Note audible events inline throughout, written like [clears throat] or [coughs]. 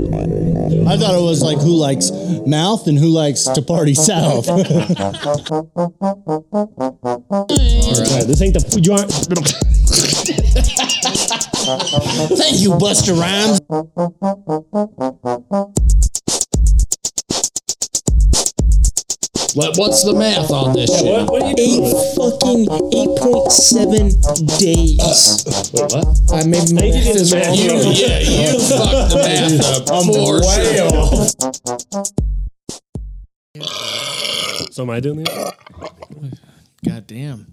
I thought it was like who likes mouth and who likes to party [laughs] south. All right. This ain't the you aren't. [laughs] Thank you, Buster Rhymes. What, what's the math on this shit? What, what do you Eight fucking eight point seven days. Wait, what? I made my They did math is the math. You, wrong. yeah, you fucked the math up for sure. So am I doing [coughs] this? God damn.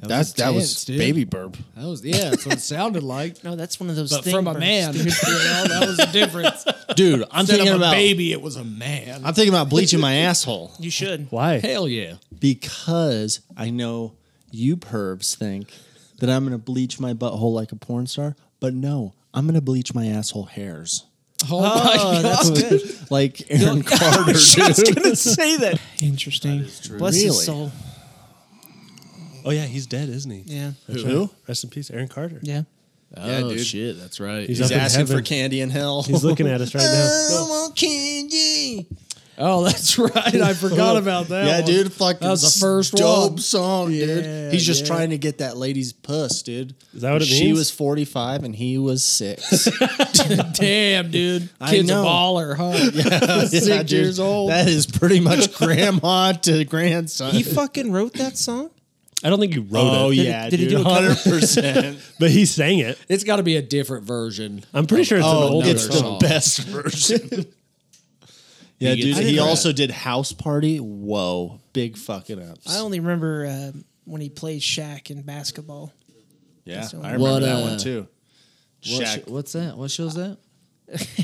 That That's that was intense, dude. baby burp. That was yeah. That's what it sounded like. No, that's one of those But things. from a [laughs] man, dude, you know, that was the difference. Dude, I'm Instead thinking of a about baby, it was a man. I'm thinking about bleaching my asshole You should. Why? Hell yeah. because I know you pervs think that I'm gonna bleach my butthole like a porn star, but no, I'm gonna bleach my asshole hairs. Oh, my god. That's good. [laughs] [laughs] Like Aaron Carter, dude. say that. Interesting. Bless Really? his soul. Oh yeah, he's dead, isn't he? Yeah. Who? Rest in peace, Aaron Carter. Yeah. Yeah, oh dude. shit, that's right. He's He's up in asking for heaven. candy in hell. He's looking at us right now. I want candy. oh, that's right. I [laughs] forgot about that. [laughs] Yeah, one. dude, fucking That was the first dope one. song, dude. Yeah, He's just yeah. trying to get that lady's puss, dude. Is that what it She means? was forty five and he was six. Damn, dude. I Kid's a know. baller, huh? [laughs] [laughs] Yeah, Six Yeah, dude. years old. That is pretty much grandma to grandson. He fucking wrote that song? I don't think he wrote oh it, yeah, did he dude, do a cover? hundred [laughs] percent. but he sang it. it's got to be a different version. I'm pretty sure it's an Oh, older it's the song. song. best version. yeah, He dude. gets He it. also did house party. Whoa, big fucking ups. I only remember uh, when he played Shaq in basketball. yeah, so- I remember What, that uh, one too. What sh- Shaq. what's that? What show's [laughs] that?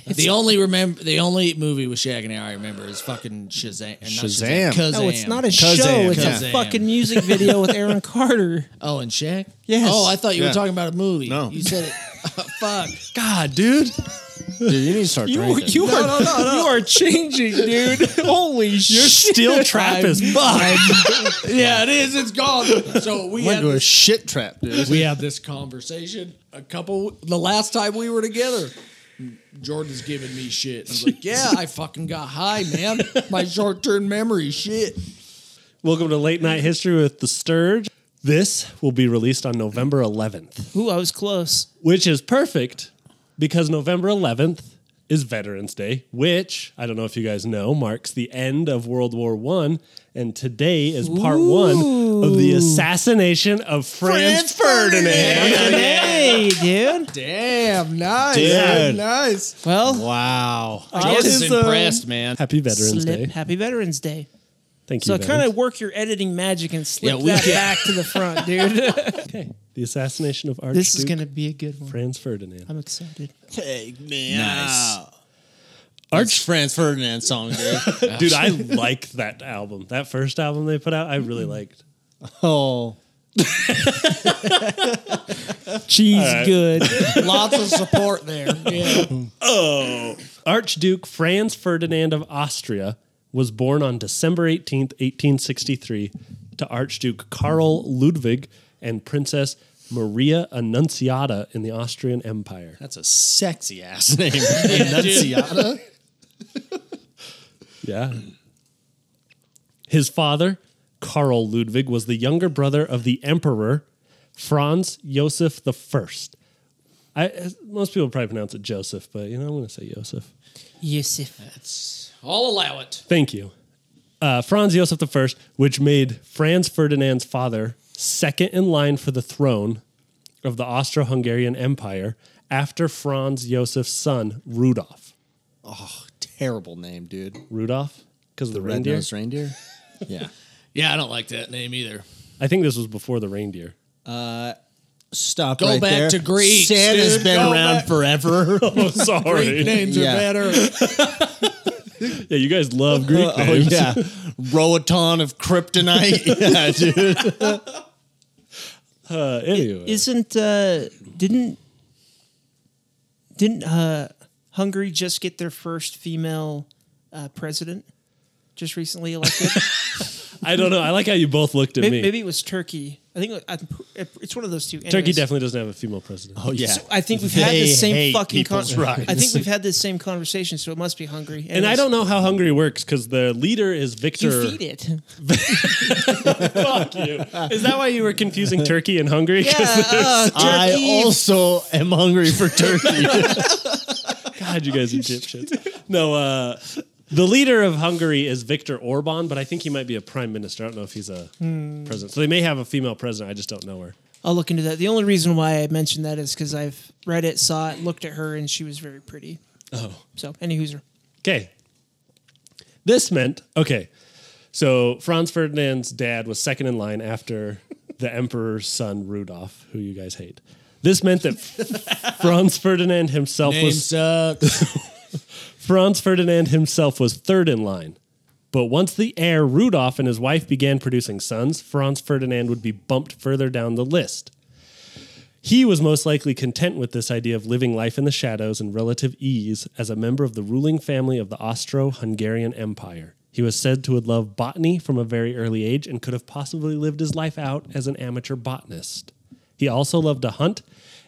the only remember the only movie with Shaq and Aaron I remember is fucking Shazam. Not Shazam. Shazam. Kazam. No, it's not a Kazam. show. It's Kazam. a fucking music video with Aaron Carter. Oh, and Shaq. Yes. Oh, I thought you Yeah. were talking about a movie. No. you said it. [laughs] Oh, fuck. God, dude. Dude, you need to [laughs] start drinking. are you are changing, dude. Holy You're [laughs] [laughs] shit! still trapped as fuck. yeah, it is. It's gone. So we went had to a this, shit trap, dude. we had this conversation a couple the last time we were together. Jordan's giving me shit. I was like, yeah, I fucking got high, man. My short term memory shit. Welcome to Late Night History with the Sturge. This will be released on November 11th, Ooh, I was close. which is perfect because November 11th is Veterans Day, which I don't know if you guys know marks the end of World War One, and today is part one of the assassination of Franz, Ferdinand. Hey, dude. [laughs] Damn, nice. Dude. Nice. Well, Wow. Jordan's Autism. impressed, man. Happy Veterans slip. Day! Happy Veterans Day. Thank So you. kind veterans. of work your editing magic and slip Yeah, we that can- back to the front, dude. okay. The assassination of Archduke this is gonna be a good one. Franz Ferdinand. I'm excited. Take me Nice. out. Arch Franz Ferdinand song, dude. Dude, I like that album. That first album they put out, I really liked. oh. Cheese good. Lots of [laughs] support there. Yeah. Archduke Franz Ferdinand of Austria was born on December 18th, 1863, to Archduke Karl Ludwig and Princess Maria Annunciata in the Austrian Empire. That's a sexy ass [laughs] name. Annunciata. Yeah. His father, Karl Ludwig, was the younger brother of the Emperor Franz Joseph I. I, most people probably pronounce it Joseph, but you know, I'm going to say Joseph. Yusuf. I'll allow it. Thank you. Uh, Franz Josef I, which made Franz Ferdinand's father second in line for the throne of the Austro Hungarian Empire after Franz Josef's son, Rudolf. Terrible name, dude. Rudolf? Because of the, Red reindeer? nosed reindeer. Yeah. Yeah, I don't like that name either. I think this was before the reindeer. Stop. Go right back there. to Greece, Santa's dude. been Go around back- forever. Oh, sorry. Names Yeah. are better. Yeah, you guys love Greek oh names. yeah. [laughs] Roaton of Kryptonite. [laughs] yeah, dude. Uh, anyway. Isn't uh didn't didn't uh Hungary just get their first female uh president just recently elected? [laughs] I don't know. I like how you both looked at maybe, me. maybe it was Turkey. I think I'm pr- it's one of those two. Turkey Anyways. definitely doesn't have a female president. Oh yeah. So I think we've had the They same hate fucking. Con- people's rights. I think we've had this same conversation, so it must be hungry. and I don't know how Hungary works because the leader is Victor. You feed it. Fuck you. Is that why you were confusing Turkey and Hungary? [laughs] 'Cause uh, I also am hungry for turkey. God, you guys Egyptians. No, uh, the leader of Hungary is Viktor Orban, but I think he might be a prime minister. I don't know if he's a president. So they may have a female president. I just don't know her. I'll look into that. The only reason why I mentioned that is because I've read it, saw it, looked at her, and she was very pretty. Oh. So, any hooser. Okay. This meant, okay. So Franz Ferdinand's dad was second in line after the emperor's son Rudolph, who you guys hate. This meant that [laughs] Franz Ferdinand himself Name was sucks. Franz Ferdinand himself was third in line. But once the heir Rudolph and his wife began producing sons, Franz Ferdinand would be bumped further down the list. He was most likely content with this idea of living life in the shadows and relative ease as a member of the ruling family of the Austro Hungarian Empire. He was said to have loved botany from a very early age and could have possibly lived his life out as an amateur botanist. He also loved to hunt,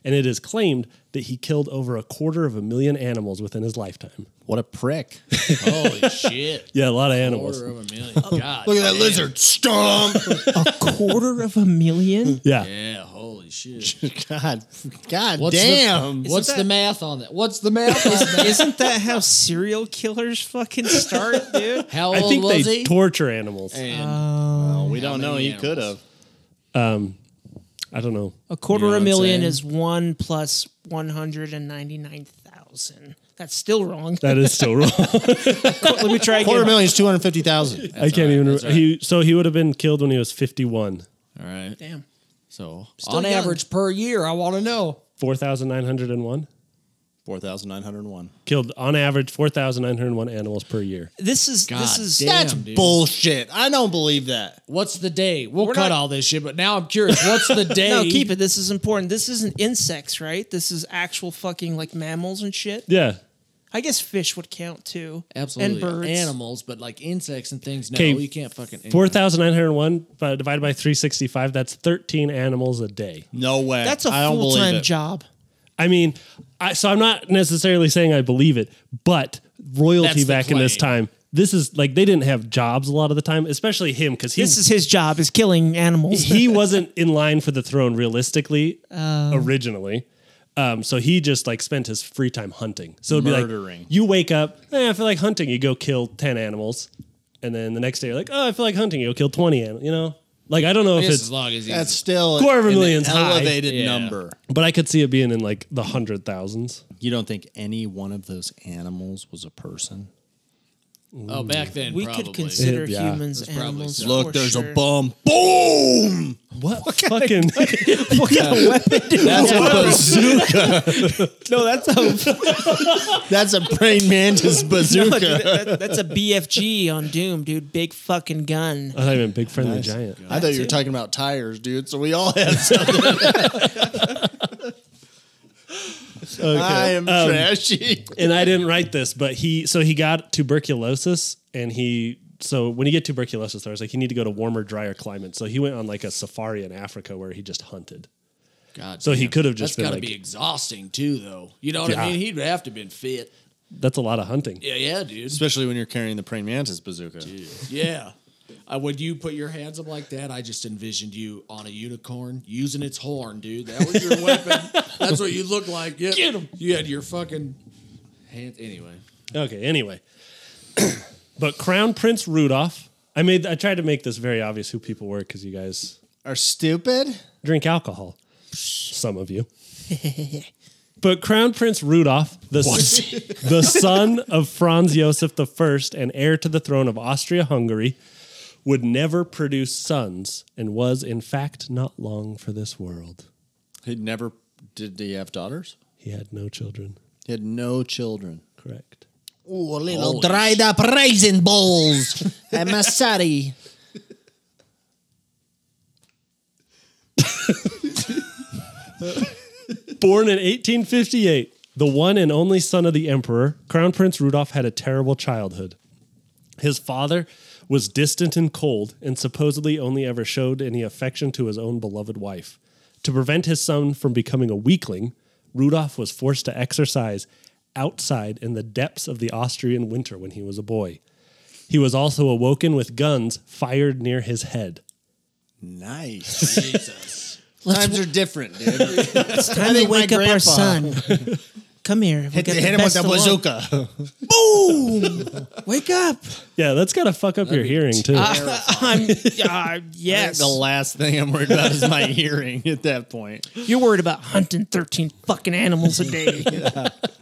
and it is claimed that he killed over a quarter of a million animals within his lifetime. [laughs] What a [laughs] prick. Holy shit. Yeah, a lot of animals. Quarter of a million. God. Look at that lizard. Stomp. A quarter of a million? Yeah. Yeah, holy shit. God. God What's the- damn. what's the math on that? What's the math [laughs] on that? Isn't that how serial killers fucking start, dude? How old I think they was he? torture animals. Oh, we don't many know. He animals? could have. I don't know. A quarter what I'm of a million saying? is one plus 199,000. That's still wrong. That is still wrong. [laughs] Let me try Quarter again. million is two hundred fifty thousand. I can't even remember. He, so he would have been killed when he was 51. All right. Damn. So on young. average per year, I want to know. 4,901? four thousand nine hundred one. Killed on average 4,901 animals per year. This is this is damn. That's dude. bullshit. I don't believe that. What's the day? We'll cut not- all this shit, but now I'm curious. What's [laughs] the day? No, keep it. This is important. This isn't insects, right? This is actual fucking like mammals and shit. Yeah. I guess fish would count too. Absolutely. And birds. Animals, but like insects and things. No, Okay, you can't fucking. 4,901 but divided by 365, that's 13 animals a day. No way. That's a I don't full believe time it. job. I mean, I, so I'm not necessarily saying I believe it, but That's royalty the back in this claim. time, this is like they didn't have jobs a lot of the time, especially him because he's This is his job is killing animals. he wasn't in line for the throne realistically originally. Um, so he just like spent his free time hunting. So it'd be Murdering. like you wake up, eh, I feel like hunting. You go kill ten animals, and then the next day you're like, oh, I feel like hunting. You'll kill twenty animals. You know, like I don't know if Just as it's, long as he's. That's still Quarter of a an million's high. elevated Yeah. number. but I could see it being in like the hundred thousands. You don't think any one of those animals was a person? oh, back then, we probably. could consider Yeah. humans probably animals. so. Look, for there's sure. a bum. Boom! What, [laughs] fucking? [laughs] That's a bazooka. No, that's a That's a praying [laughs] mantis no, dude, bazooka. that- that's a BFG on Doom, dude. Big fucking gun. I thought you meant big friendly giant. I thought you were talking about tires, dude. So we all have something. [laughs] I am trashy. and I didn't write this, but he so he got tuberculosis and he so when you get tuberculosis, I was like, you need to go to warmer, drier climates. So he went on like a safari in Africa where he just hunted. God, So he damn. could have just That's been gotta like, be exhausting too, though. You know what Yeah. I mean? He'd have to been fit. that's a lot of hunting. Yeah, yeah, dude. Especially when you're carrying the praying mantis bazooka. Yeah. Uh, when you put your hands up like that, I just envisioned you on a unicorn using its horn, dude. That was your weapon. That's what you look like. Yeah. Get him. You had your fucking hands. Anyway. Okay, anyway. [clears throat] but Crown Prince Rudolph, I made I tried to make this very obvious who people were because you guys Are stupid? drink alcohol. Some of you. but Crown Prince Rudolph, the, [laughs] the son of Franz Josef I and heir to the throne of Austria Hungary, would never produce sons and was, in fact, not long for this world. He never did. He have daughters? He had no children. He had no children. Correct. Ooh, little Holy dried up raisin bowls. I'm sorry. Born in 1858, the one and only son of the emperor, Crown Prince Rudolph had a terrible childhood. His father was distant and cold, and supposedly only ever showed any affection to his own beloved wife. To prevent his son from becoming a weakling, Rudolf was forced to exercise outside in the depths of the Austrian winter when he was a boy. He was also awoken with guns fired near his head. Nice. Jesus. [laughs] Times are different, [laughs] dude. It's time to think my wake up our grandpa- son. Come here. hit hit him with the bazooka. [laughs] bazooka. Boom! wake up. Yeah, that's gotta fuck up your hearing [laughs] too. Ah, I'm, uh, yes. The last thing I'm worried about is my [laughs] hearing at that point. You're worried about hunting 13 fucking animals a day.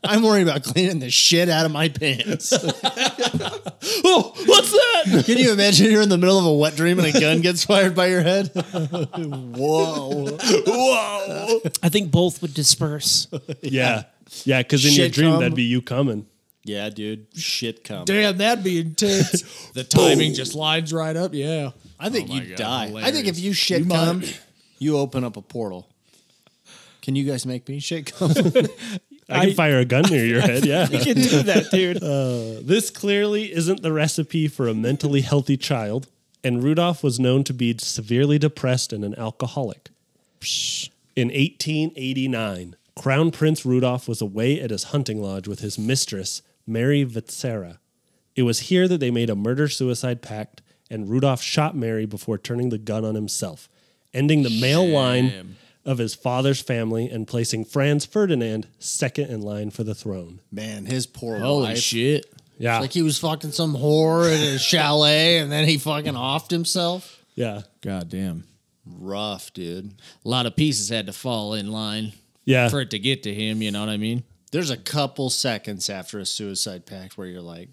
I'm worried about cleaning the shit out of my pants. oh, what's that? [laughs] Can you imagine you're in the middle of a wet dream and a gun gets fired by your head? [laughs] Whoa. Whoa! I think both would disperse. Yeah, yeah, because in your Shit dream come. that'd be you coming. Yeah, dude. Shit comes. Damn, that'd be intense. [laughs] the timing just lines right up. Yeah. I think Oh my you God, die. I think if hilarious. you shit You might. come, [clears throat] you open up a portal. Can you guys make me shit come? I can fire a gun near your head. [laughs] Yeah. You do that, dude. This clearly isn't the recipe for a mentally healthy child, and Rudolph was known to be severely depressed and an alcoholic. In 1889, Crown Prince Rudolph was away at his hunting lodge with his mistress, Mary Vitsera. It was here that they made a murder suicide pact, and Rudolph shot Mary before turning the gun on himself, ending the male line of his father's family and placing Franz Ferdinand second in line for the throne. Man, his poor Holy wife. shit. Yeah. Like he was fucking some whore at a chalet and then he fucking offed himself. yeah. God damn. Rough, dude. A lot of pieces had to fall in line Yeah. for it to get to him. You know what I mean? There's a couple seconds after a suicide pact where you're like,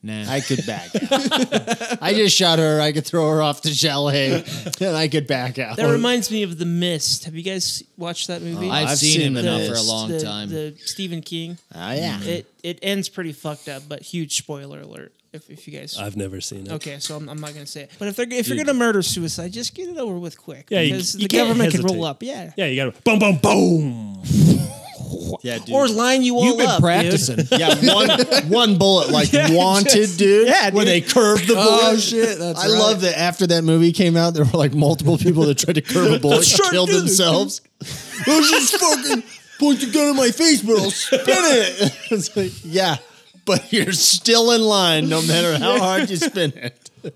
Nah. I could back out. [laughs] I just shot her. I could throw her off the chalet and I could back out. That reminds me of The Mist. Have you guys watched that movie? I've, I've seen, seen him enough for a this. long the, time. The Stephen King. oh, yeah. It it ends pretty fucked up, but huge spoiler alert. If, if you guys I've never seen it. okay, so I'm, I'm not gonna say it. But if they're if you're gonna murder suicide, just get it over with quick. Yeah, you- because you the can't government can roll hesitate. up. Yeah. Yeah, you gotta boom, boom, boom. Yeah, dude. Or line you all You've been up. dude. practicing. yeah, one, one bullet, [laughs] like wanted, dude. Yeah, where they curved the bullet. oh, shit. That's I love that after that movie came out, there were like multiple people that tried to curb a bullet and killed [laughs] themselves. I was just fucking point the gun in my face, but I'll spin it. [laughs] It's like, yeah, but you're still in line no matter [laughs] how hard you spin it.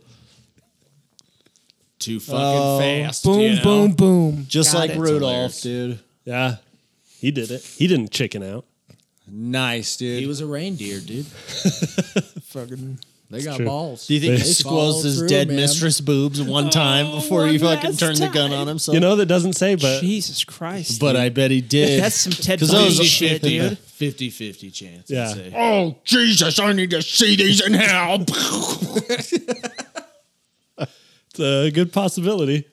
Too fucking fast. Boom, you know? boom, boom. Just Got like it. Rudolph, dude. Yeah, he did it. He didn't chicken out. Nice, dude. He was a reindeer, dude. fucking. They got true. balls. Do you think They he squeezed follow his through, dead man. mistress boobs Oh, one time before he one fucking last turned the gun time. on himself? You know that doesn't say, Uh, but Jesus Christ. but I bet he did. That's some Ted 'Cause Bundy those are shit, [laughs] dude. 50 50 chance. I'd Yeah. say. Oh Jesus! I need to see these in hell, it's a good possibility.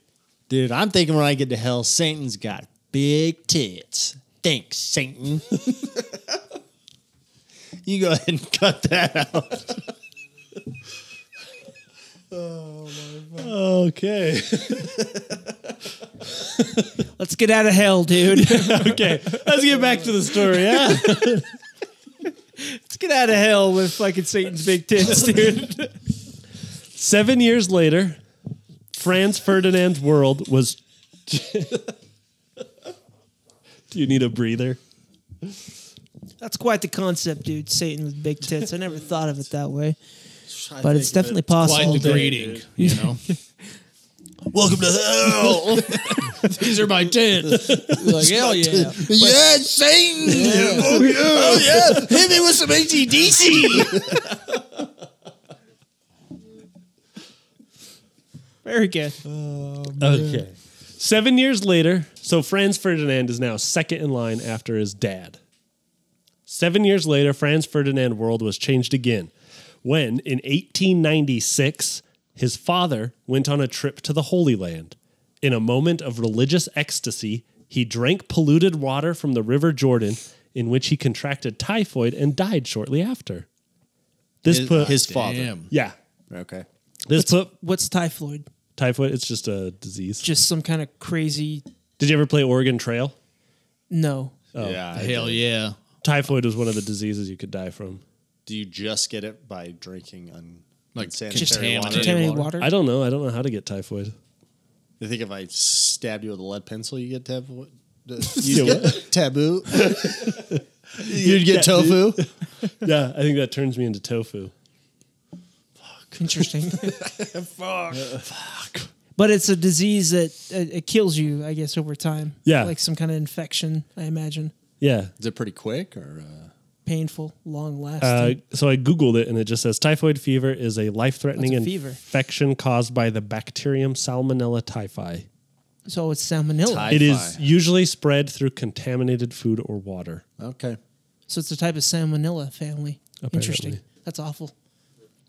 dude. I'm thinking when I get to hell, Satan's got big tits. Thanks, Satan. [laughs] you go ahead and cut that out. Okay, [laughs] Let's get out of hell, dude. [laughs] Let's okay. Let's get back to the story. Yeah, get out of hell with fucking Satan's big [laughs] tits, dude. seven years later, Franz Ferdinand's world was. [laughs] Do you need a breather? That's quite the concept, dude. Satan with big tits. I never thought of it that way. But it's definitely possible. Quite the dude. greeting, [laughs] you know. Welcome to [laughs] hell. These are my tits. like, hell yeah. yeah, Satan. Oh yeah. oh yeah. Hit me with some ACDC. Very good. Okay. Seven years later, so Franz Ferdinand is now second in line after his dad. Seven years later, Franz Ferdinand world was changed again when, in 1896, his father went on a trip to the Holy Land. In a moment of religious ecstasy, he drank polluted water from the River Jordan, in which he contracted typhoid and died shortly after. This put his father. Damn. yeah. Okay. This put What's typhoid? typhoid. It's just a disease. Just some kind of crazy. Did you ever play Oregon Trail? No. Yeah. I- Oh, Hell yeah. typhoid was one of the diseases you could die from. Do you just get it by drinking un- Like Sanitary just water. Contaminated water. I don't know. I don't know how to get [laughs] typhoid. I think if I stabbed you with a lead pencil, you get taboo. [laughs] You get taboo. You'd get tofu. Yeah, I think that turns me into tofu. [laughs] [laughs] Interesting. Fuck. Fuck. But it's a disease that uh, it kills you, I guess, over time. Yeah. Like some kind of infection, I imagine. Yeah. Is it pretty quick or? Uh, Painful, long lasting. Uh, so I googled it, and it just says typhoid fever is a life-threatening What's a fever? infection caused by the bacterium Salmonella typhi. so it's salmonella. Type. It is Typhi. usually spread through contaminated food or water. okay. So it's a type of salmonella family. Apparently. Interesting. That's awful.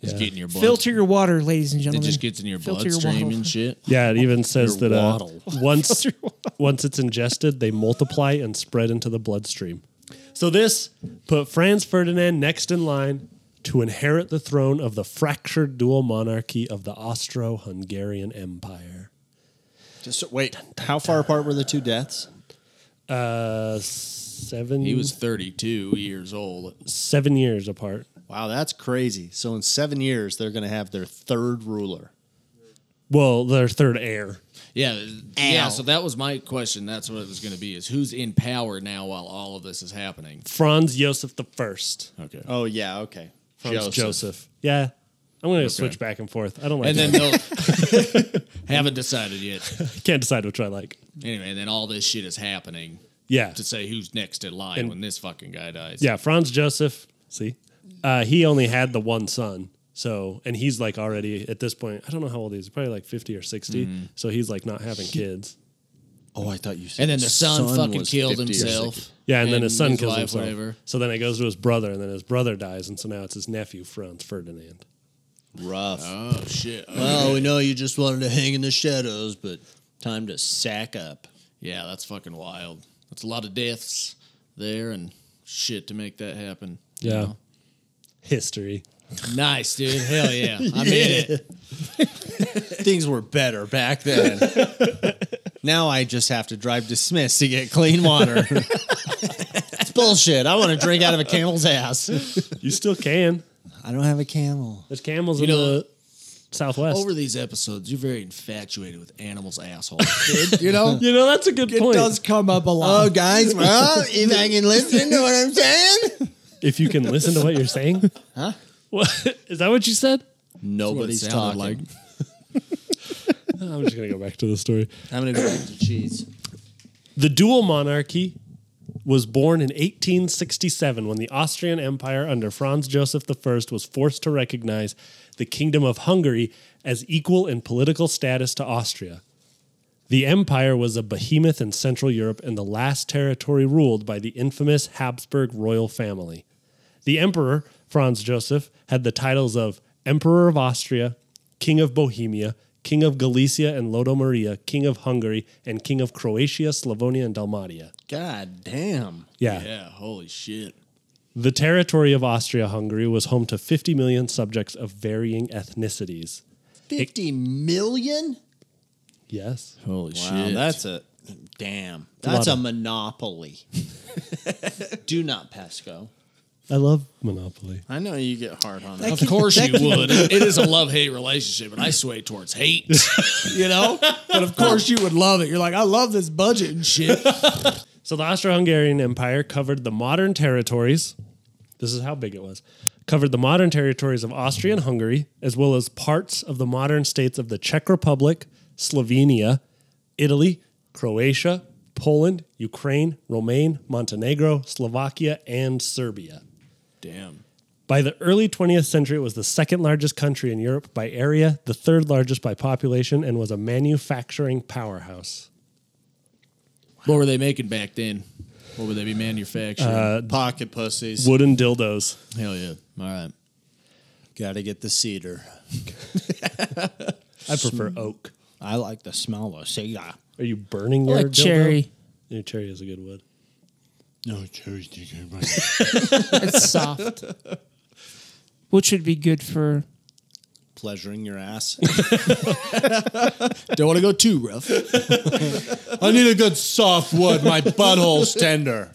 It's getting your blood. Filter your water, ladies and It gentlemen. just gets in your Filter bloodstream water. and shit. Yeah, it even says Your that [laughs] uh, waddle. once once it's ingested, they multiply and spread into the bloodstream. So this put Franz Ferdinand next in line to inherit the throne of the fractured dual monarchy of the Austro-Hungarian Empire. Just wait. How far apart were the two deaths? Uh, seven. He was 32 years old. seven years apart. Wow, that's crazy. So in seven years, they're going to have their third ruler. Well, their third heir. Yeah, yeah. So that was my question. That's what it was going to be: is who's in power now while all of this is happening? Franz Joseph the first. Okay. Oh yeah, okay. Franz Joseph. Yeah. I'm going to switch back and forth. I don't like And then that. [laughs] they'll haven't decided yet. Can't decide which I like. Anyway, and then all this shit is happening Yeah. to say who's next in line And- when this fucking guy dies. Yeah. Franz Joseph. See? Uh, he only had the one son. So, and he's like already at this point, I don't know how old he is, probably like 50 or 60. So he's like not [laughs] having kids. Oh, I thought you said. And then the his son, fucking was killed 50 or himself. 60. Yeah. And, then his son kills wife, himself. Whatever. So then it goes to his brother, and then his brother dies. And so now it's his nephew, Franz Ferdinand. Rough. Oh shit. well, we know you just wanted to hang in the shadows, but time to sack up. Yeah, that's fucking wild. That's a lot of deaths there and shit to make that happen. Yeah. History. Nice, dude. Hell [laughs] yeah. I made it. Things were better back then. now I just have to drive to Smith's to get clean water. it's bullshit. I want to drink out of a camel's ass. You still can. I don't have a camel. There's camels You in know- the Southwest. Over these episodes, you're very infatuated with [laughs] animals' assholes. dude. You know? You know, that's a good point. come up a lot. Oh, guys, well, if I can listen to what I'm saying. If you can listen to what you're saying. [laughs] Huh? What is that what you said? Nobody's That's what it talking. sounded Like. I'm just gonna go back to the story. I'm going to go back to cheese. The dual monarchy was born in 1867 when the Austrian Empire under Franz Joseph I was forced to recognize the Kingdom of Hungary as equal in political status to Austria. The empire was a behemoth in Central Europe and the last territory ruled by the infamous Habsburg royal family. The emperor, Franz Joseph, had the titles of Emperor of Austria, King of Bohemia, King of Galicia and Lodomeria, King of Hungary, and King of Croatia, Slavonia, and Dalmatia. God damn. Yeah. Yeah, holy shit. The territory of Austria Hungary was home to 50 million subjects of varying ethnicities. fifty million. Yes. Holy Wow, that's a damn. That's a monopoly. Do not Pesco. I love Monopoly. I know you get hard on That that. Of can- course that you can- would. It is a love hate relationship, and I sway towards hate. You [laughs] know? But of course you would love it. You're like, I love this budget and shit. So the Austro Hungarian Empire covered the modern territories. This is how big it was. Covered the modern territories of Austria and Hungary, as well as parts of the modern states of the Czech Republic, Slovenia, Italy, Croatia, Poland, Ukraine, Romaine, Montenegro, Slovakia, and Serbia. Damn. By the early 20th century, it was the second largest country in Europe by area, the third largest by population, and was a manufacturing powerhouse. What were they making back then? What would they be manufacturing? Pocket pussies. Wooden dildos. Hell yeah. All right. Got to get the cedar. I prefer oak. I like the smell of cedar. Are you burning your like dildo? cherry. Yeah, cherry is a good wood. No cherries. taken right. [laughs] it's soft. Which would be good for Pleasuring your ass. Don't want to go too rough. I need a good soft wood. My butthole's tender.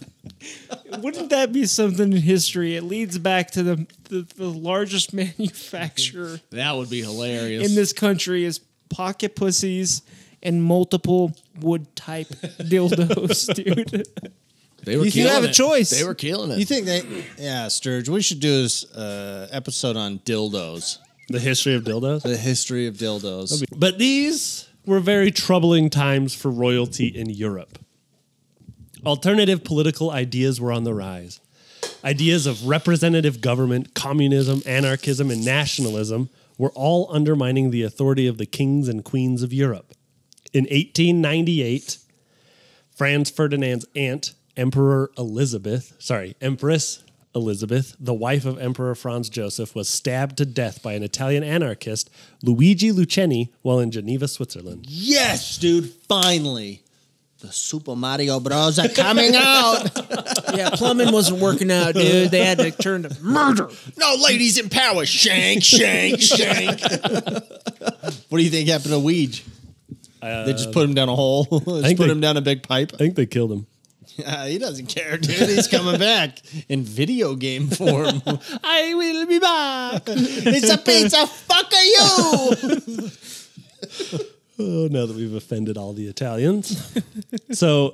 Wouldn't that be something in history? It leads back to the the, the largest [laughs] manufacturer That would be hilarious. in this country is pocket pussies and multiple wood type dildos, [laughs] dude. they were You killing have a it. choice. They were killing it. You think they? Yeah, Sturge. We should do this uh, episode on dildos, The history of dildos. the history of dildos. But these were very troubling times for royalty in Europe. Alternative political ideas were on the rise. Ideas of representative government, communism, anarchism, and nationalism were all undermining the authority of the kings and queens of Europe. In 1898, Franz Ferdinand's aunt, Emperor Elizabeth, sorry, Empress Elizabeth, the wife of Emperor Franz Joseph, was stabbed to death by an Italian anarchist, Luigi Lucchini, while in Geneva, Switzerland. yes, dude. Finally, the Super Mario Bros are coming out. yeah, plumbing wasn't working out, dude. They had to turn to murder. No ladies in power. Shank, [laughs] shank, shank. what do you think happened to Weege? they just put him down a hole. [laughs] just think put they- him down a big pipe. I think they killed him. Uh, [laughs] he doesn't care, dude. He's coming back in video game [laughs] form. I will be back. It's a pizza. Fuck are [laughs] you? Oh, now that we've offended all the Italians. [laughs] so,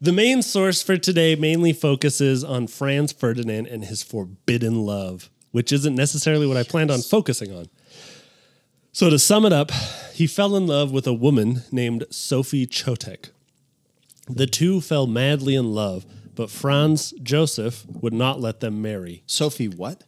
the main source for today mainly focuses on Franz Ferdinand and his forbidden love, which isn't necessarily what I planned on focusing on. So, to sum it up, he fell in love with a woman named Sophie Chotek. The two fell madly in love, but Franz Joseph would not let them marry. Sophie, what?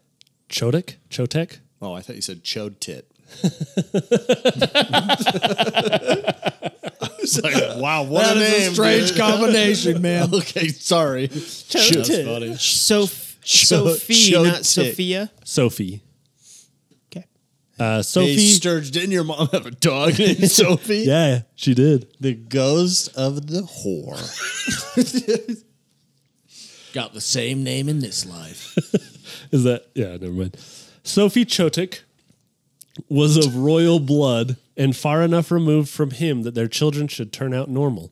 Chotek? Chotek? Oh, I thought you said chode [laughs] tit. it's like, wow, what a name, strange combination, man. [laughs] okay, sorry. Chode That's funny. Sof- Cho- Sophie, Cho- not tick. Sophia. Sophie. Okay. Uh, Sophie. Hey, Sturge, didn't your mom have a dog [laughs] named Sophie? yeah, she did. The ghost of the whore. Got the same name in this life. Is that yeah? Never mind. Sophie Chotek was of royal blood and far enough removed from him that their children should turn out normal.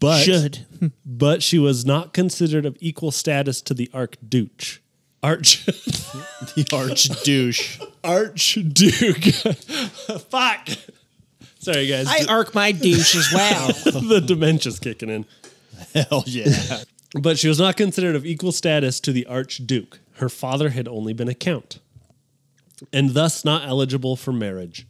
But Should. [laughs] but she was not considered of equal status to the Archduke. [laughs] Arch [laughs] The arch douche. Archduke. [laughs] Fuck. Sorry guys. I arc my douche as well. [laughs] the dementia's kicking in. Hell yeah. But she was not considered of equal status to the Archduke. Her father had only been a count, and thus not eligible for marriage.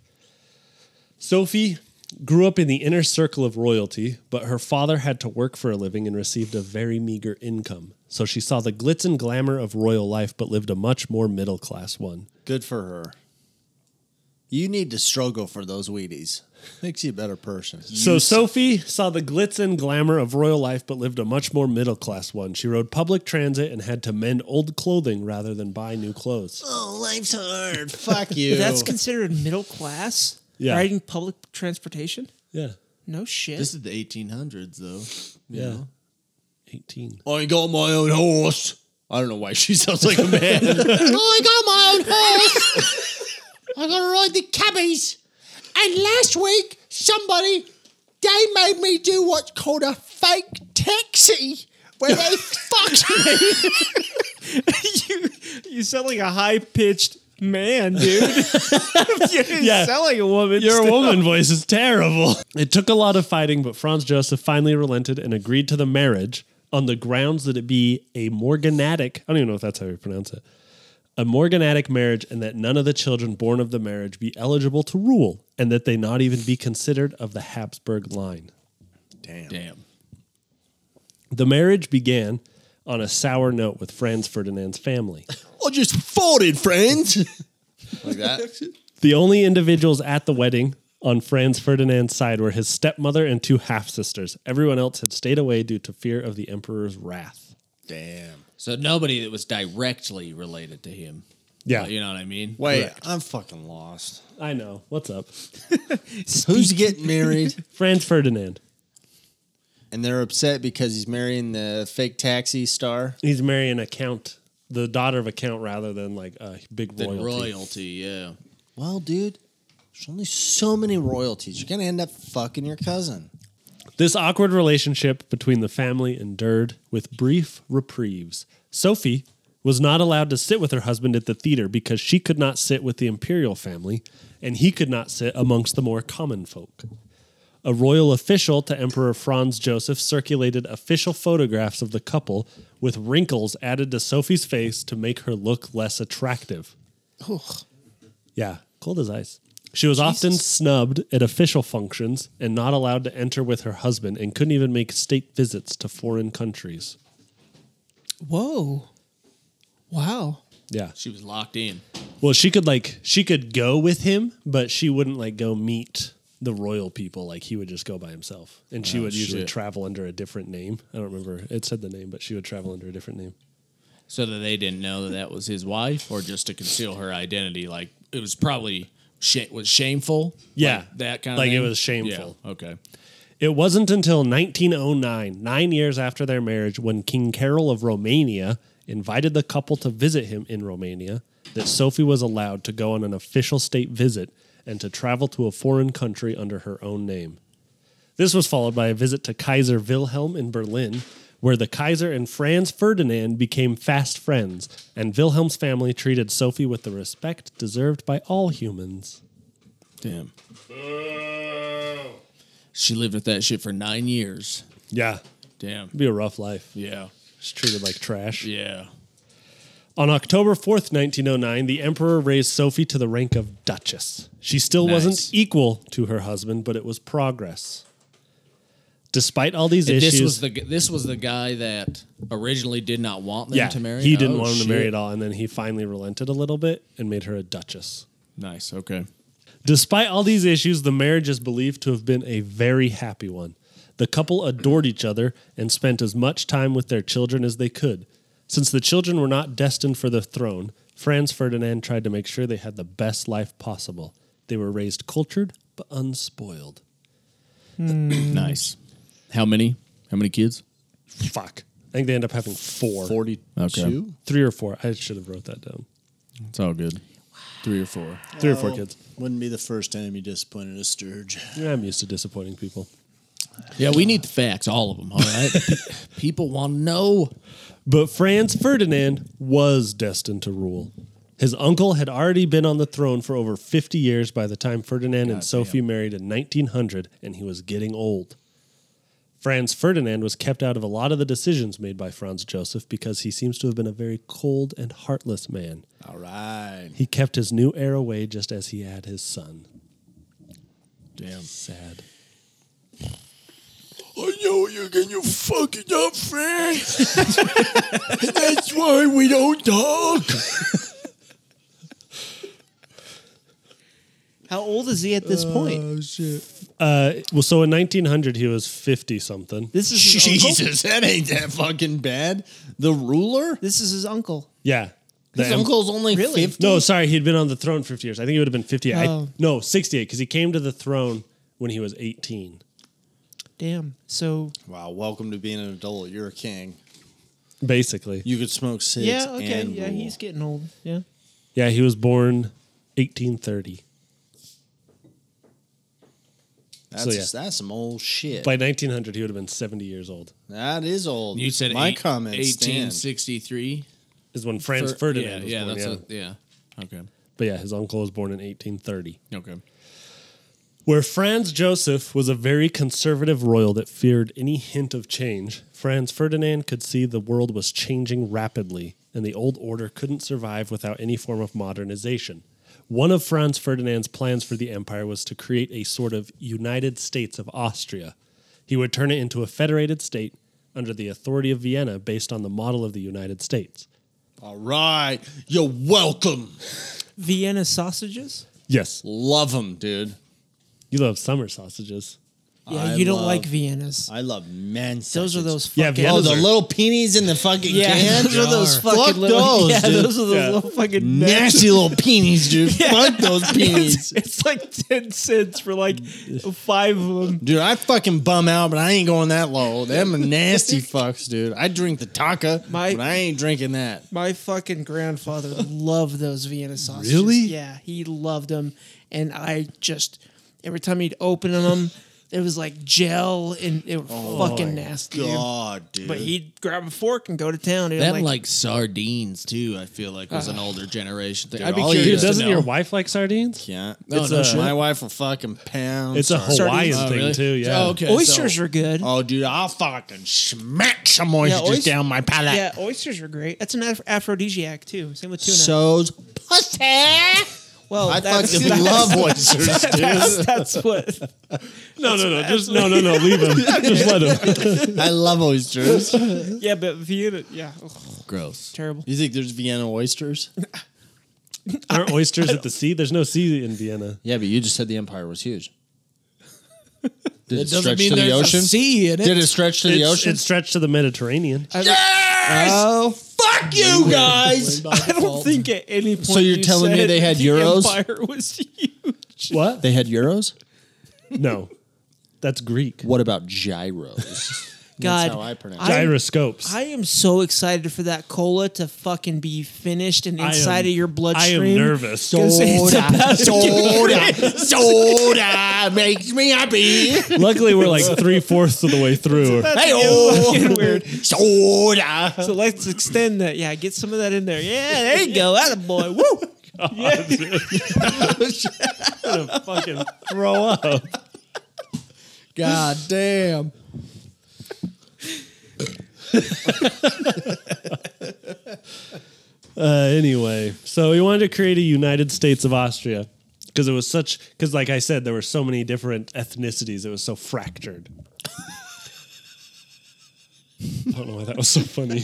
Sophie grew up in the inner circle of royalty, but her father had to work for a living and received a very meager income. So she saw the glitz and glamour of royal life, but lived a much more middle class one. [laughs] Good for her. You need to struggle for those Wheaties. Makes you a better person. So Sophie saw the glitz and glamour of royal life, but lived a much more middle class one. She rode public transit and had to mend old clothing rather than buy new clothes. Oh, life's hard. [laughs] Fuck you. That's considered middle class. Yeah. Riding public transportation. Yeah. No shit. This is the 1800s, though. Yeah. 18. I got my own horse. I don't know why she sounds like a [laughs] man. I got my own horse. [laughs] I gotta ride the cabbies. And last week, somebody they made me do what's called a fake taxi, where they fucked me. [laughs] you, you sound like a high pitched man, dude. [laughs] you Yeah. sound like a [laughs] woman. Your woman voice is terrible. [laughs] It took a lot of fighting, but Franz Joseph finally relented and agreed to the marriage on the grounds that it be a morganatic. I don't even know if that's how you pronounce it. A morganatic marriage, and that none of the children born of the marriage be eligible to rule, and that they not even be considered of the Habsburg line. Damn. The marriage began on a sour note with Franz Ferdinand's family. I just farted, friends. like that. The only individuals at the wedding on Franz Ferdinand's side were his stepmother and two half sisters. Everyone else had stayed away due to fear of the emperor's wrath. [laughs] Damn. So nobody that was directly related to him. Yeah. You know what I mean? Wait, I'm fucking lost. I know. What's up? [laughs] Who's getting married? Franz Ferdinand. and they're upset because he's marrying the fake taxi star. He's marrying a count, the daughter of a count rather than like a big The royalty. royalty. yeah. Well, dude, there's only so many royalties. You're gonna end up fucking your cousin. This awkward relationship between the family endured with brief reprieves. Sophie was not allowed to sit with her husband at the theater because she could not sit with the imperial family and he could not sit amongst the more common folk. A royal official to Emperor Franz Joseph circulated official photographs of the couple with wrinkles added to Sophie's face to make her look less attractive. Yeah, cold as ice. She was often snubbed at official functions and not allowed to enter with her husband and couldn't even make state visits to foreign countries. Whoa. Wow. Yeah. She was locked in. Well, she could like she could go with him, but she wouldn't like go meet the royal people. Like he would just go by himself, and she would usually shit. travel under a different name. I don't remember it said the name, but she would travel under a different name. So that they didn't know that that was his wife or just to conceal her identity. Like, it was probably sh- was shameful. Yeah. Like, that kind of Like, it thing? was shameful. Yeah, Okay. It wasn't until 1909, nine years after their marriage, when King Carol of Romania invited the couple to visit him in Romania, that Sophie was allowed to go on an official state visit and to travel to a foreign country under her own name. This was followed by a visit to Kaiser Wilhelm in Berlin, where the Kaiser and Franz Ferdinand became fast friends, and Wilhelm's family treated Sophie with the respect deserved by all humans. Damn. She lived with that shit for nine years. Yeah, Damn. it'd be a rough life. Yeah. She's treated like trash. Yeah. On October 4th, 1909, the emperor raised Sophie to the rank of duchess. She still Nice. wasn't equal to her husband, but it was progress. Despite all these issues, This was the g- this was the guy that originally did not want them yeah, to marry. he didn't Oh, want him shit. to marry at all, and then he finally relented a little bit and made her a duchess. Nice. Okay. Despite all these issues, the marriage is believed to have been a very happy one. The couple adored each other and spent as much time with their children as they could. Since the children were not destined for the throne, Franz Ferdinand tried to make sure they had the best life possible. They were raised cultured but unspoiled. Nice. How many? How many kids? Fuck. I think they end up having four. Okay. Three or four. I should have wrote that down. It's all good. Three or four. Three or four kids. Wouldn't be the first time you disappointed a Sturge. Yeah, I'm used to disappointing people. Yeah, we need the facts, all of them. All right. [laughs] People want to know. But Franz Ferdinand was destined to rule. His uncle had already been on the throne for over 50 years by the time Ferdinand and Sophie married in 1900, and he was getting old. Franz Ferdinand was kept out of a lot of the decisions made by Franz Joseph because he seems to have been a very cold and heartless man. All right. He kept his new heir away just as he had his son. Damn. Sad. I know you're gonna fuck it up, Franz. and that's why we don't talk. How old is he at this point? Uh, well, so in 1900, he was 50 something. This is his uncle. Jesus, that ain't that fucking bad. The ruler? This is his uncle. Yeah. The His em- uncle's only Really? 50. No, sorry, he'd been on the throne 50 years. I think it would have been 50. I, Oh. no, 68, because he came to the throne when he was 18. Damn. So Wow, welcome to being an adult. You're a king. Basically. You could smoke cigs. yeah, okay, and yeah, rule. he's getting old. Yeah. Yeah, he was born 1830. that's, so, yeah. that's some old shit. By 1900, he would have been 70 years old, that is old. You said my eight- comment 1863. is when Franz Fer- Ferdinand was yeah, born. yeah, yeah. that's yeah. A, yeah. But yeah, his uncle was born in 1830. Okay. Okay. Where Franz Joseph was a very conservative royal that feared any hint of change, Franz Ferdinand could see the world was changing rapidly, and the old order couldn't survive without any form of modernization. One of Franz Ferdinand's plans for the empire was to create a sort of United States of Austria. He would turn it into a federated state under the authority of Vienna based on the model of the United States. All right. You're welcome. Vienna sausages? Yes. Love them, dude. You love summer sausages. Yeah, I you don't love- like Viennas. I love men. those are those Yeah, fucking Oh, Viennas the are- little peonies in the fucking [laughs] Yeah, can. those are those Fuck fucking little [laughs] those, Yeah, dude. those are those Yeah. little fucking Nasty little peonies, dude. Fuck those peonies. [laughs] It's like 10 cents for like [laughs] five of them. Dude, I fucking bum out, but I ain't going that low. Them are [laughs] nasty fucks, dude. I drink the taka, My- but I ain't drinking that. My fucking grandfather loved those Vienna sausages. Really? Yeah, he loved them. And I just, every time he'd open them, It was like gel and it was fucking nasty. dude. Oh God, dude. But he'd grab a fork and go to town. Dude. I'm Them like, like, sardines too. I feel like was an older generation thing. Dude, I'd be all he curious. Dude, used to doesn't know. your wife like [laughs] sardines? yeah. No, It's no a- shit. My wife will fucking pound. It's a sardines. Hawaiian Oh, thing really? too. Yeah. Oh, okay. oysters so- are good. Oh, dude, I'll fucking smack some oysters oyst- Oh, down my palate. yeah, oysters are great. That's an aph- aphrodisiac too. Same with tuna. So's pussy. Well, I that's, fucking [laughs] that's- love oysters, [laughs] dude. That's what. No, no, no. Just no, no, no. Leave [laughs] him. Just let him. I love oysters. Yeah, but Vienna. Yeah, ugh, Gross. terrible. You think there's Vienna oysters? Aren't oysters at the sea? There's no sea in Vienna. Yeah, but you just said the empire was [laughs] huge. Did it, It doesn't stretch mean to the there's ocean? a sea in it. Did it stretch to the It's- ocean? It stretched to the Mediterranean. oh, fuck you guys! I don't think at any point. So you're you telling me said they had the Euros? Empire was huge. What? They had euros. No, that's Greek. What about gyros? God, how I pronounce I'm- Gyroscopes. I am so excited for that cola to fucking be finished and I am- inside of your I am bloodstream. nervous. It's about to soda, [laughs] soda makes me happy. [laughs] Luckily, we're like three fourths of the way through. Hey, fucking weird. soda. So let's extend that. Yeah, get some of that in there. Yeah, there you go. That boy. Woo. I'm gonna fucking throw up. God damn. Uh, anyway, so he wanted to create a United States of Austria because it was such. Because, like I said, there were so many different ethnicities. It was so fractured. [laughs] I don't know why that was so funny.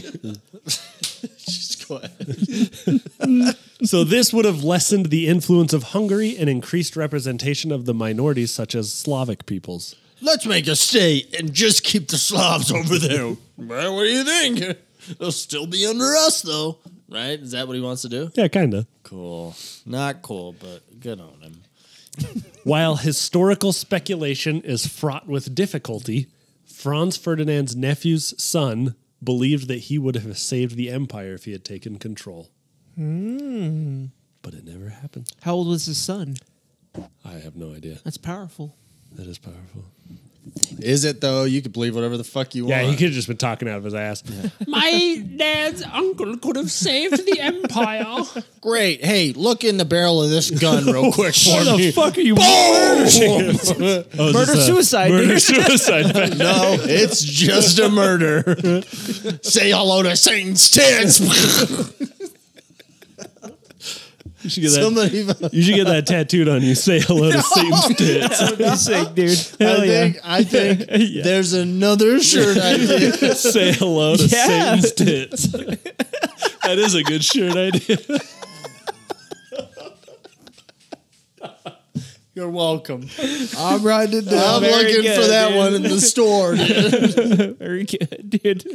So this would have lessened the influence of Hungary and increased representation of the minorities, such as Slavic peoples. Let's make a state and just keep the Slavs over there. Well, what do you think? They'll still be under us, though, right? Is that what he wants to do? Yeah, kind of. Cool. Not cool, but good on him. While historical speculation is fraught with difficulty, Franz Ferdinand's nephew's son believed that he would have saved the empire if he had taken control. Hmm. But it never happened. How old was his son? I have no idea. That's powerful. That is powerful. Is it though? You could believe whatever the fuck you Yeah, want. he could have just been talking out of his ass. [laughs] My dad's uncle could have saved the empire. Great. Hey, look in the barrel of this gun [laughs] real quick for What the me. fuck are you? [laughs] Oh, is Murder this a- suicide, Murder dude. suicide. No, it's just a murder. [laughs] Say hello to Satan's [laughs] tits. [laughs] You should get that. Somebody, You should get that tattooed on you. Say [laughs] hello to Satan's tits. sick, [laughs] dude. I Hell yeah. think, I [laughs] think Yeah. there's another shirt [laughs] idea. Say hello to Yeah. Satan's tits. that is a good shirt idea. You're welcome. I'm riding it I'm down. very looking for good, that dude. one in [laughs] the store. dude. Very good, dude.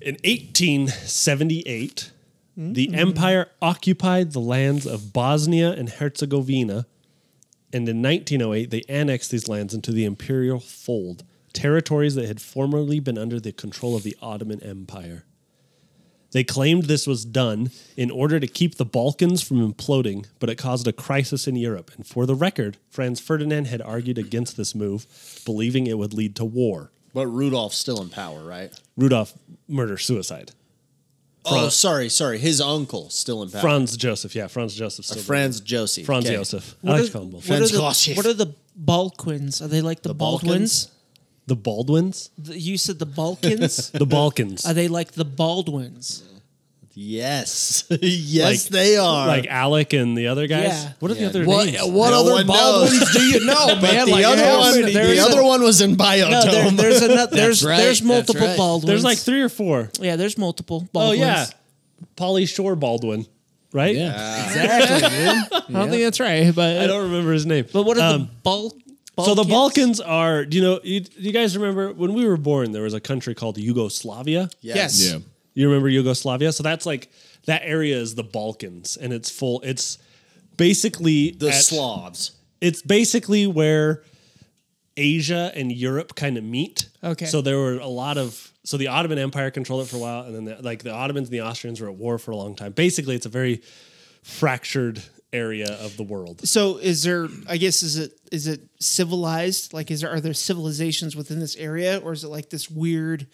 In 1878, the empire occupied the lands of Bosnia and Herzegovina, and in 1908, they annexed these lands into the imperial fold, territories that had formerly been under the control of the Ottoman Empire. They claimed this was done in order to keep the Balkans from imploding, but it caused a crisis in Europe. And for the record, Franz Ferdinand had argued against this move, believing it would lead to war. But Rudolph's still in power, right? Rudolf murder suicide. Oh, sorry, sorry. His uncle still in power. Franz Joseph, yeah, Franz Joseph. Still Franz Josie. Franz Okay. Joseph. I like to call him both. what, are Fence the, Glossier. what are the Balkans? Are they like the, The Baldwins? Balkans? The Baldwins? The- you said the [laughs] Balkans? The Balkans. are they like the Baldwins? Yes. [laughs] yes, Like- they are. like Alec and the other guys? Yeah. What are Yeah. the other What, uh, names? what No other one Baldwins do [laughs] you know, man? But the Like, other how one, many- the other one was in Biotome. No, [laughs] there, there's [laughs] another. There's right, there's that's multiple right. Baldwins. There's like three or four. yeah, there's multiple Oh, Baldwins. yeah. Polly Shore Baldwin, right? Yeah. I don't think that's right, but I don't remember his name. But what are the Um, Bal- Balkans? So the Balkans are, do you know, you, do you guys remember when we were born, there was a country called Yugoslavia? Yes. Yeah. You remember Yugoslavia? So that's like that area is the Balkans, and it's full. It's basically The at- Slavs. It's basically where Asia and Europe kind of meet. Okay. So there were a lot of so the Ottoman Empire controlled it for a while, and then the, like the Ottomans and the Austrians were at war for a long time. Basically, it's a very fractured area of the world. So is there? I guess is it is it civilized? Like, is there are there civilizations within this area, or is it like this weird?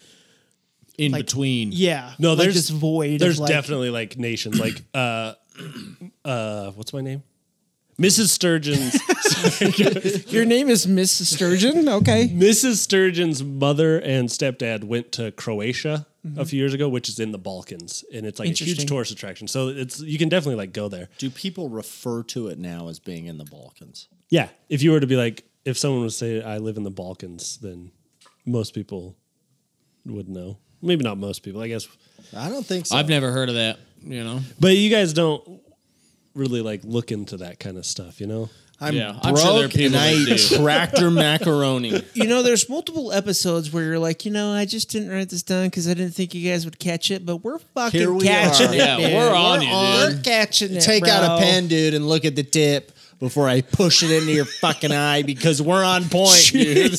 in between. Yeah, No, like there's this void. There's of like, definitely like nations. [clears throat] Like uh, uh, what's my name? Mrs. [laughs] Sturgeon's Your name is Miss Sturgeon. Okay, Mrs. Sturgeon's mother and stepdad went to Croatia a few years ago, which is in the Balkans, and it's like a huge Mm-hmm. Interesting. tourist attraction. So it's you can definitely like go there. Do people refer to it now as being in the Balkans? Yeah, if you were to be like, if someone was to say I live in the Balkans, then most people would know. Maybe not most people, I guess. I don't think so. I've never heard of that. You know, But you guys don't really like look into that kind of stuff, you know? I'm Yeah, broke I'm sure there are people and I that eat tractor [laughs] macaroni. you know, there's multiple episodes where you're like, you know, I just didn't write this down because I didn't think you guys would catch it, but we're fucking Here we catching are. it. Yeah, dude. we're on you, We're dude. catching it. Take out a bro. pen, dude, and look at the tip before I push it into your fucking eye because we're on point, dude.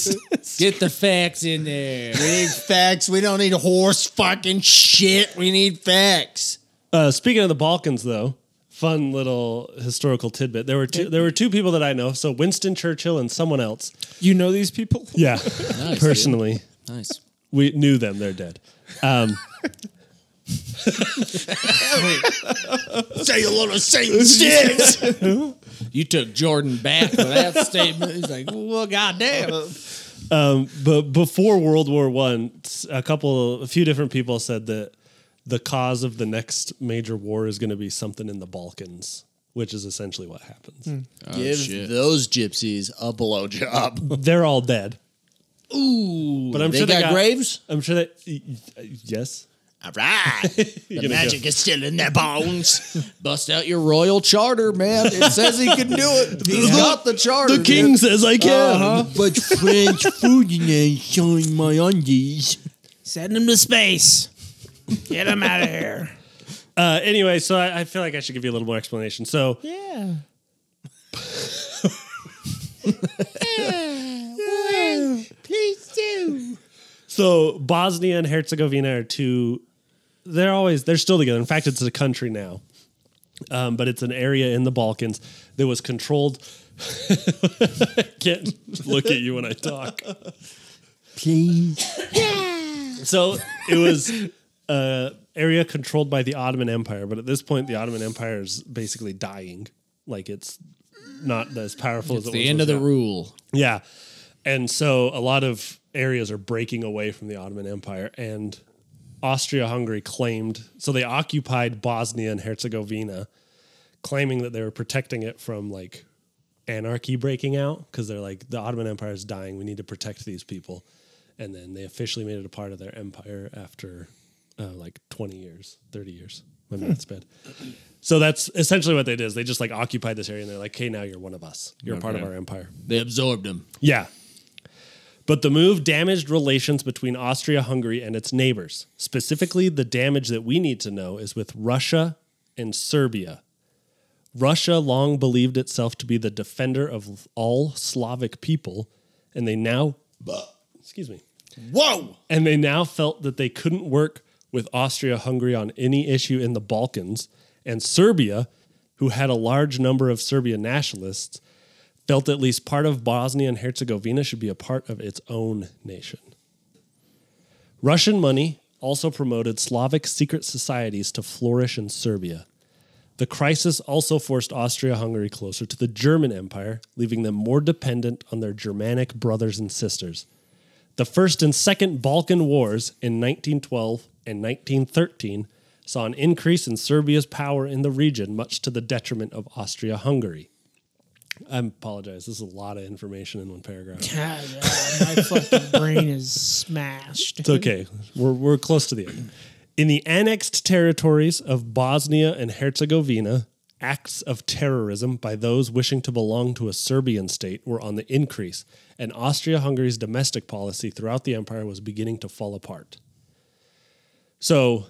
get the facts in there. We need facts. We don't need horse fucking shit. We need facts. Uh, speaking of the Balkans, though, fun little historical tidbit. There were two, there were two people that I know. So Winston Churchill and someone else. You know these people? Yeah, personally, Nice. we knew them. They're dead. Um, Say a lot of Satan shit. You took Jordan back for that [laughs] statement. He's like, well, goddamn. um, but before World War One, s- a couple, a few different people said that the cause of the next major war is going to be something in the Balkans, which is essentially what happens. Give shit. those gypsies a blowjob. They're all dead. Ooh, But I'm they sure they got got- graves. I'm sure that. y- y- Yes. All right, the gonna magic is still in their bones. Bust out your royal charter, man. It says he can do it. He's got the charter. dude. says I can. But French Ferdinand showing my undies. Send them to space. Get them out of here. Uh, anyway, so I, I feel like I should give you a little more explanation. So Yeah. So Bosnia and Herzegovina are two. They're always they're still together. In fact, it's a country now, um, but it's an area in the Balkans that was controlled. [laughs] I can't look at you when I talk. Please. So it was uh, area controlled by the Ottoman Empire, but at this point, the Ottoman Empire is basically dying. Like it's not as powerful as it was. The end of the without- rule. Yeah. And so a lot of areas are breaking away from the Ottoman Empire and Austria Hungary claimed so they occupied Bosnia and Herzegovina claiming that they were protecting it from like anarchy breaking out because they're like the Ottoman Empire is dying we need to protect these people and then they officially made it a part of their empire after uh, like 20 years 30 years my math's bad so that's essentially what they did is they just like occupied this area and they're like okay now you're one of us you're a part of Okay. our empire They absorbed him. yeah. But the move damaged relations between Austria Hungary and its neighbors. Specifically, the damage that we need to know is with Russia and Serbia. Russia long believed itself to be the defender of all Slavic people, and they now, excuse me, Whoa. and they now felt that they couldn't work with Austria Hungary on any issue in the Balkans. And Serbia, who had a large number of Serbian nationalists, felt at least part of Bosnia and Herzegovina should be a part of its own nation. Russian money also promoted Slavic secret societies to flourish in Serbia. The crisis also forced Austria Hungary closer to the German Empire, leaving them more dependent on their Germanic brothers and sisters. The First and Second Balkan Wars in 1912 and 1913 saw an increase in Serbia's power in the region, much to the detriment of Austria Hungary. I apologize. This is a lot of information in one paragraph. God, yeah, my fucking brain is smashed. It's okay. We're, we're close to the end. In the annexed territories of Bosnia and Herzegovina, acts of terrorism by those wishing to belong to a Serbian state were on the increase, and Austria Hungary's domestic policy throughout the empire was beginning to fall apart. So,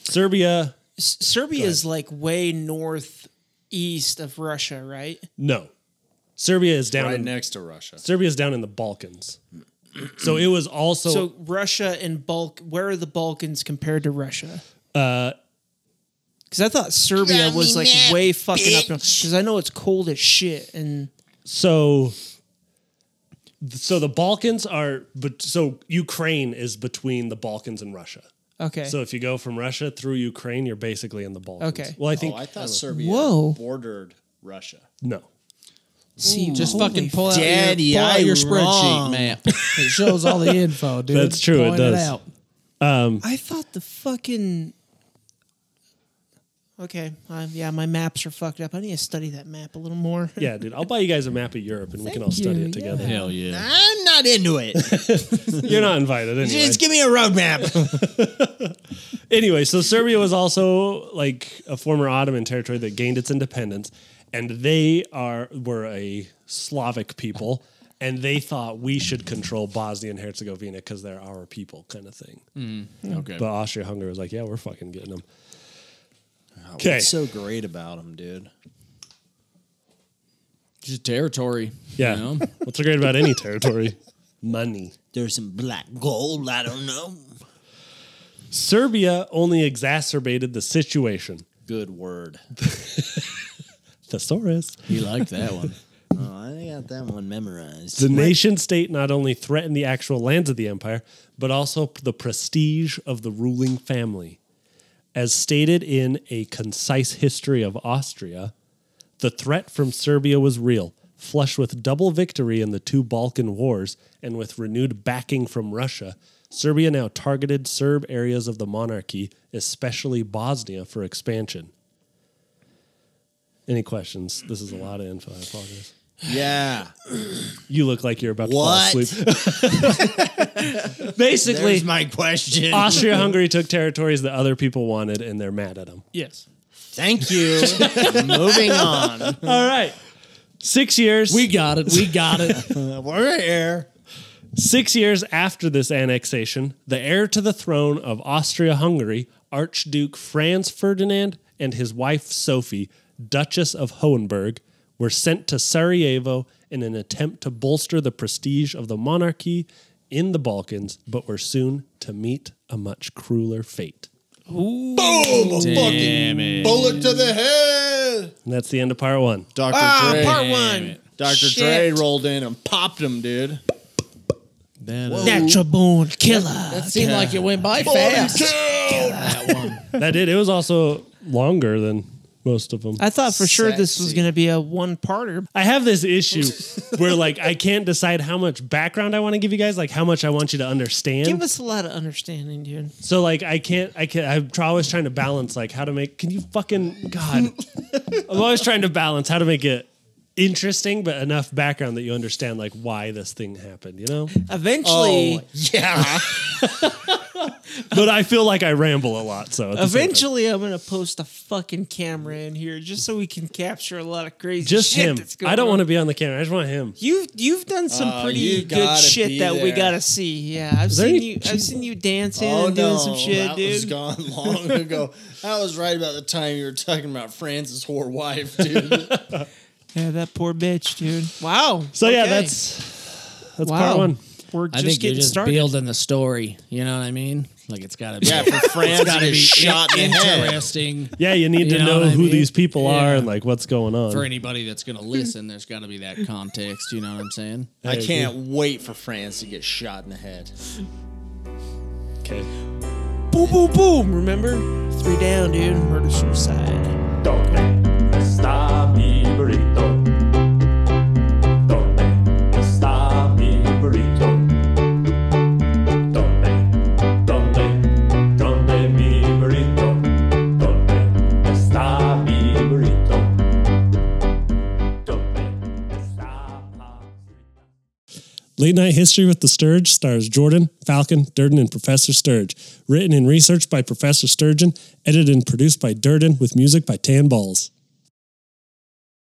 Serbia, S- Serbia is like way northeast of Russia, right? no. Serbia is down. Right in, next to Russia. Serbia is down in the Balkans. So it was also So Uh, Russia and Bulk, where are the Balkans compared to Russia? Because I thought Serbia was like way fucking up. Because I know it's cold as shit, and So, so the Balkans are, but so Ukraine is between the Balkans and Russia. okay, So if you go from Russia through Ukraine, you're basically in the Balkans. Okay. Well, I think oh, I thought Serbia Whoa. bordered Russia. no. see, Just holy fucking pull out Daddy, your, pull out I your spreadsheet wrong. map. It shows all the info, dude. That's true, it Point does. out. I thought the fucking. Okay, um, yeah, my maps are fucked up. I need to study that map a little more. Yeah, dude, I'll buy you guys a map of Europe and we can all study you, it together. Hell yeah. I'm not into [laughs] it. You're not invited anyway. Just give me a roadmap. anyway, so Serbia was also like a former Ottoman territory that gained its independence, and they are were a Slavic people, and they thought we should control Bosnia and Herzegovina because they're our people, kind of thing. Okay. But Austria Hungary was like, yeah, we're fucking getting them. Okay, What's so great about them, dude? Just territory. yeah. You know? What's so great about any [laughs] territory? Money. There's some black gold. I don't know. Serbia only exacerbated the situation. Good word. Thesaurus. He liked that one. Oh, I got that one [laughs] memorized. The nation state not only threatened the actual lands of the empire, but also p- the prestige of the ruling family. As stated in A Concise History of Austria, the threat from Serbia was real, flush with double victory in the two Balkan wars and with renewed backing from Russia. Serbia now targeted Serb areas of the monarchy, especially Bosnia, for expansion. Any questions? This is a lot of info. I apologize. Yeah. You look like you're about What? to fall asleep. [laughs] Basically, There's my question. Austria Hungary took territories that other people wanted and they're mad at them. Yes. Thank you. [laughs] Moving on. All right. Six years. [laughs] We got it. We got it. We're here. Six years after this annexation, the heir to the throne of Austria Hungary, Archduke Franz Ferdinand, and his wife Sophie, Duchess of Hohenberg, were sent to Sarajevo in an attempt to bolster the prestige of the monarchy in the Balkans, but were soon to meet a much crueler fate. Boom! A fucking bullet to the head. And that's the end of part one. Dr. Ah, Dre. [laughs] part one. Dr. Dre Shit. rolled in and popped him, dude. Natural born killer. That seemed like it went by fast. That did. It was also longer than most of them. I thought for sure this was Sexy. gonna be a one-parter. I have this issue [laughs] where like I can't decide how much background I want to give you guys, like how much I want you to understand. Give us a lot of understanding, dude. so like I can't I can I'm tr- always trying to balance like how to make can you fucking [laughs] God. I'm always trying to balance how to make it interesting but enough background that you understand like why this thing happened, you know? Oh, Oh, Eventually, Yeah. But I feel like I ramble a lot, so at the same time. eventually, I'm gonna post a fucking camera in here just so we can capture a lot of crazy just shit him. that's going I don't on. want to be on the camera. I just want him. You you've done some Oh, you pretty good gotta shit be that we there. gotta see. Yeah, I've there seen any- you. I've seen you dancing Oh, and doing no, some shit, that dude. was gone long ago. I was right about the time you were talking about Francis' whore wife, [laughs] dude. Yeah, that poor bitch, dude. Wow. So yeah, Okay. that's that's wow. part one. We're I just think you're getting just started. building the story. You know what I mean? Like it's got to be. [laughs] yeah, for Francis gotta to be shot in the head. interesting Yeah, you need You to know know, what I who mean? these people are Yeah. and like what's going on. For anybody that's going to listen, there's got to be that context. You know what I'm saying? I can't wait for Francis to get shot in the head. Okay. Boom, boom, boom. Remember, three down, dude. Murder suicide. ¿Dónde está mi burrito? ¿Dónde está mi burrito? ¿Dónde? ¿Dónde? ¿Dónde mi burrito? ¿Dónde está mi burrito? ¿Dónde está mi Late Night History with the Sturge stars Jordan, Falcon, Durden, and Professor Sturge. Written and researched by Professor Sturgeon, edited and produced by Durden with music by Tan Balls.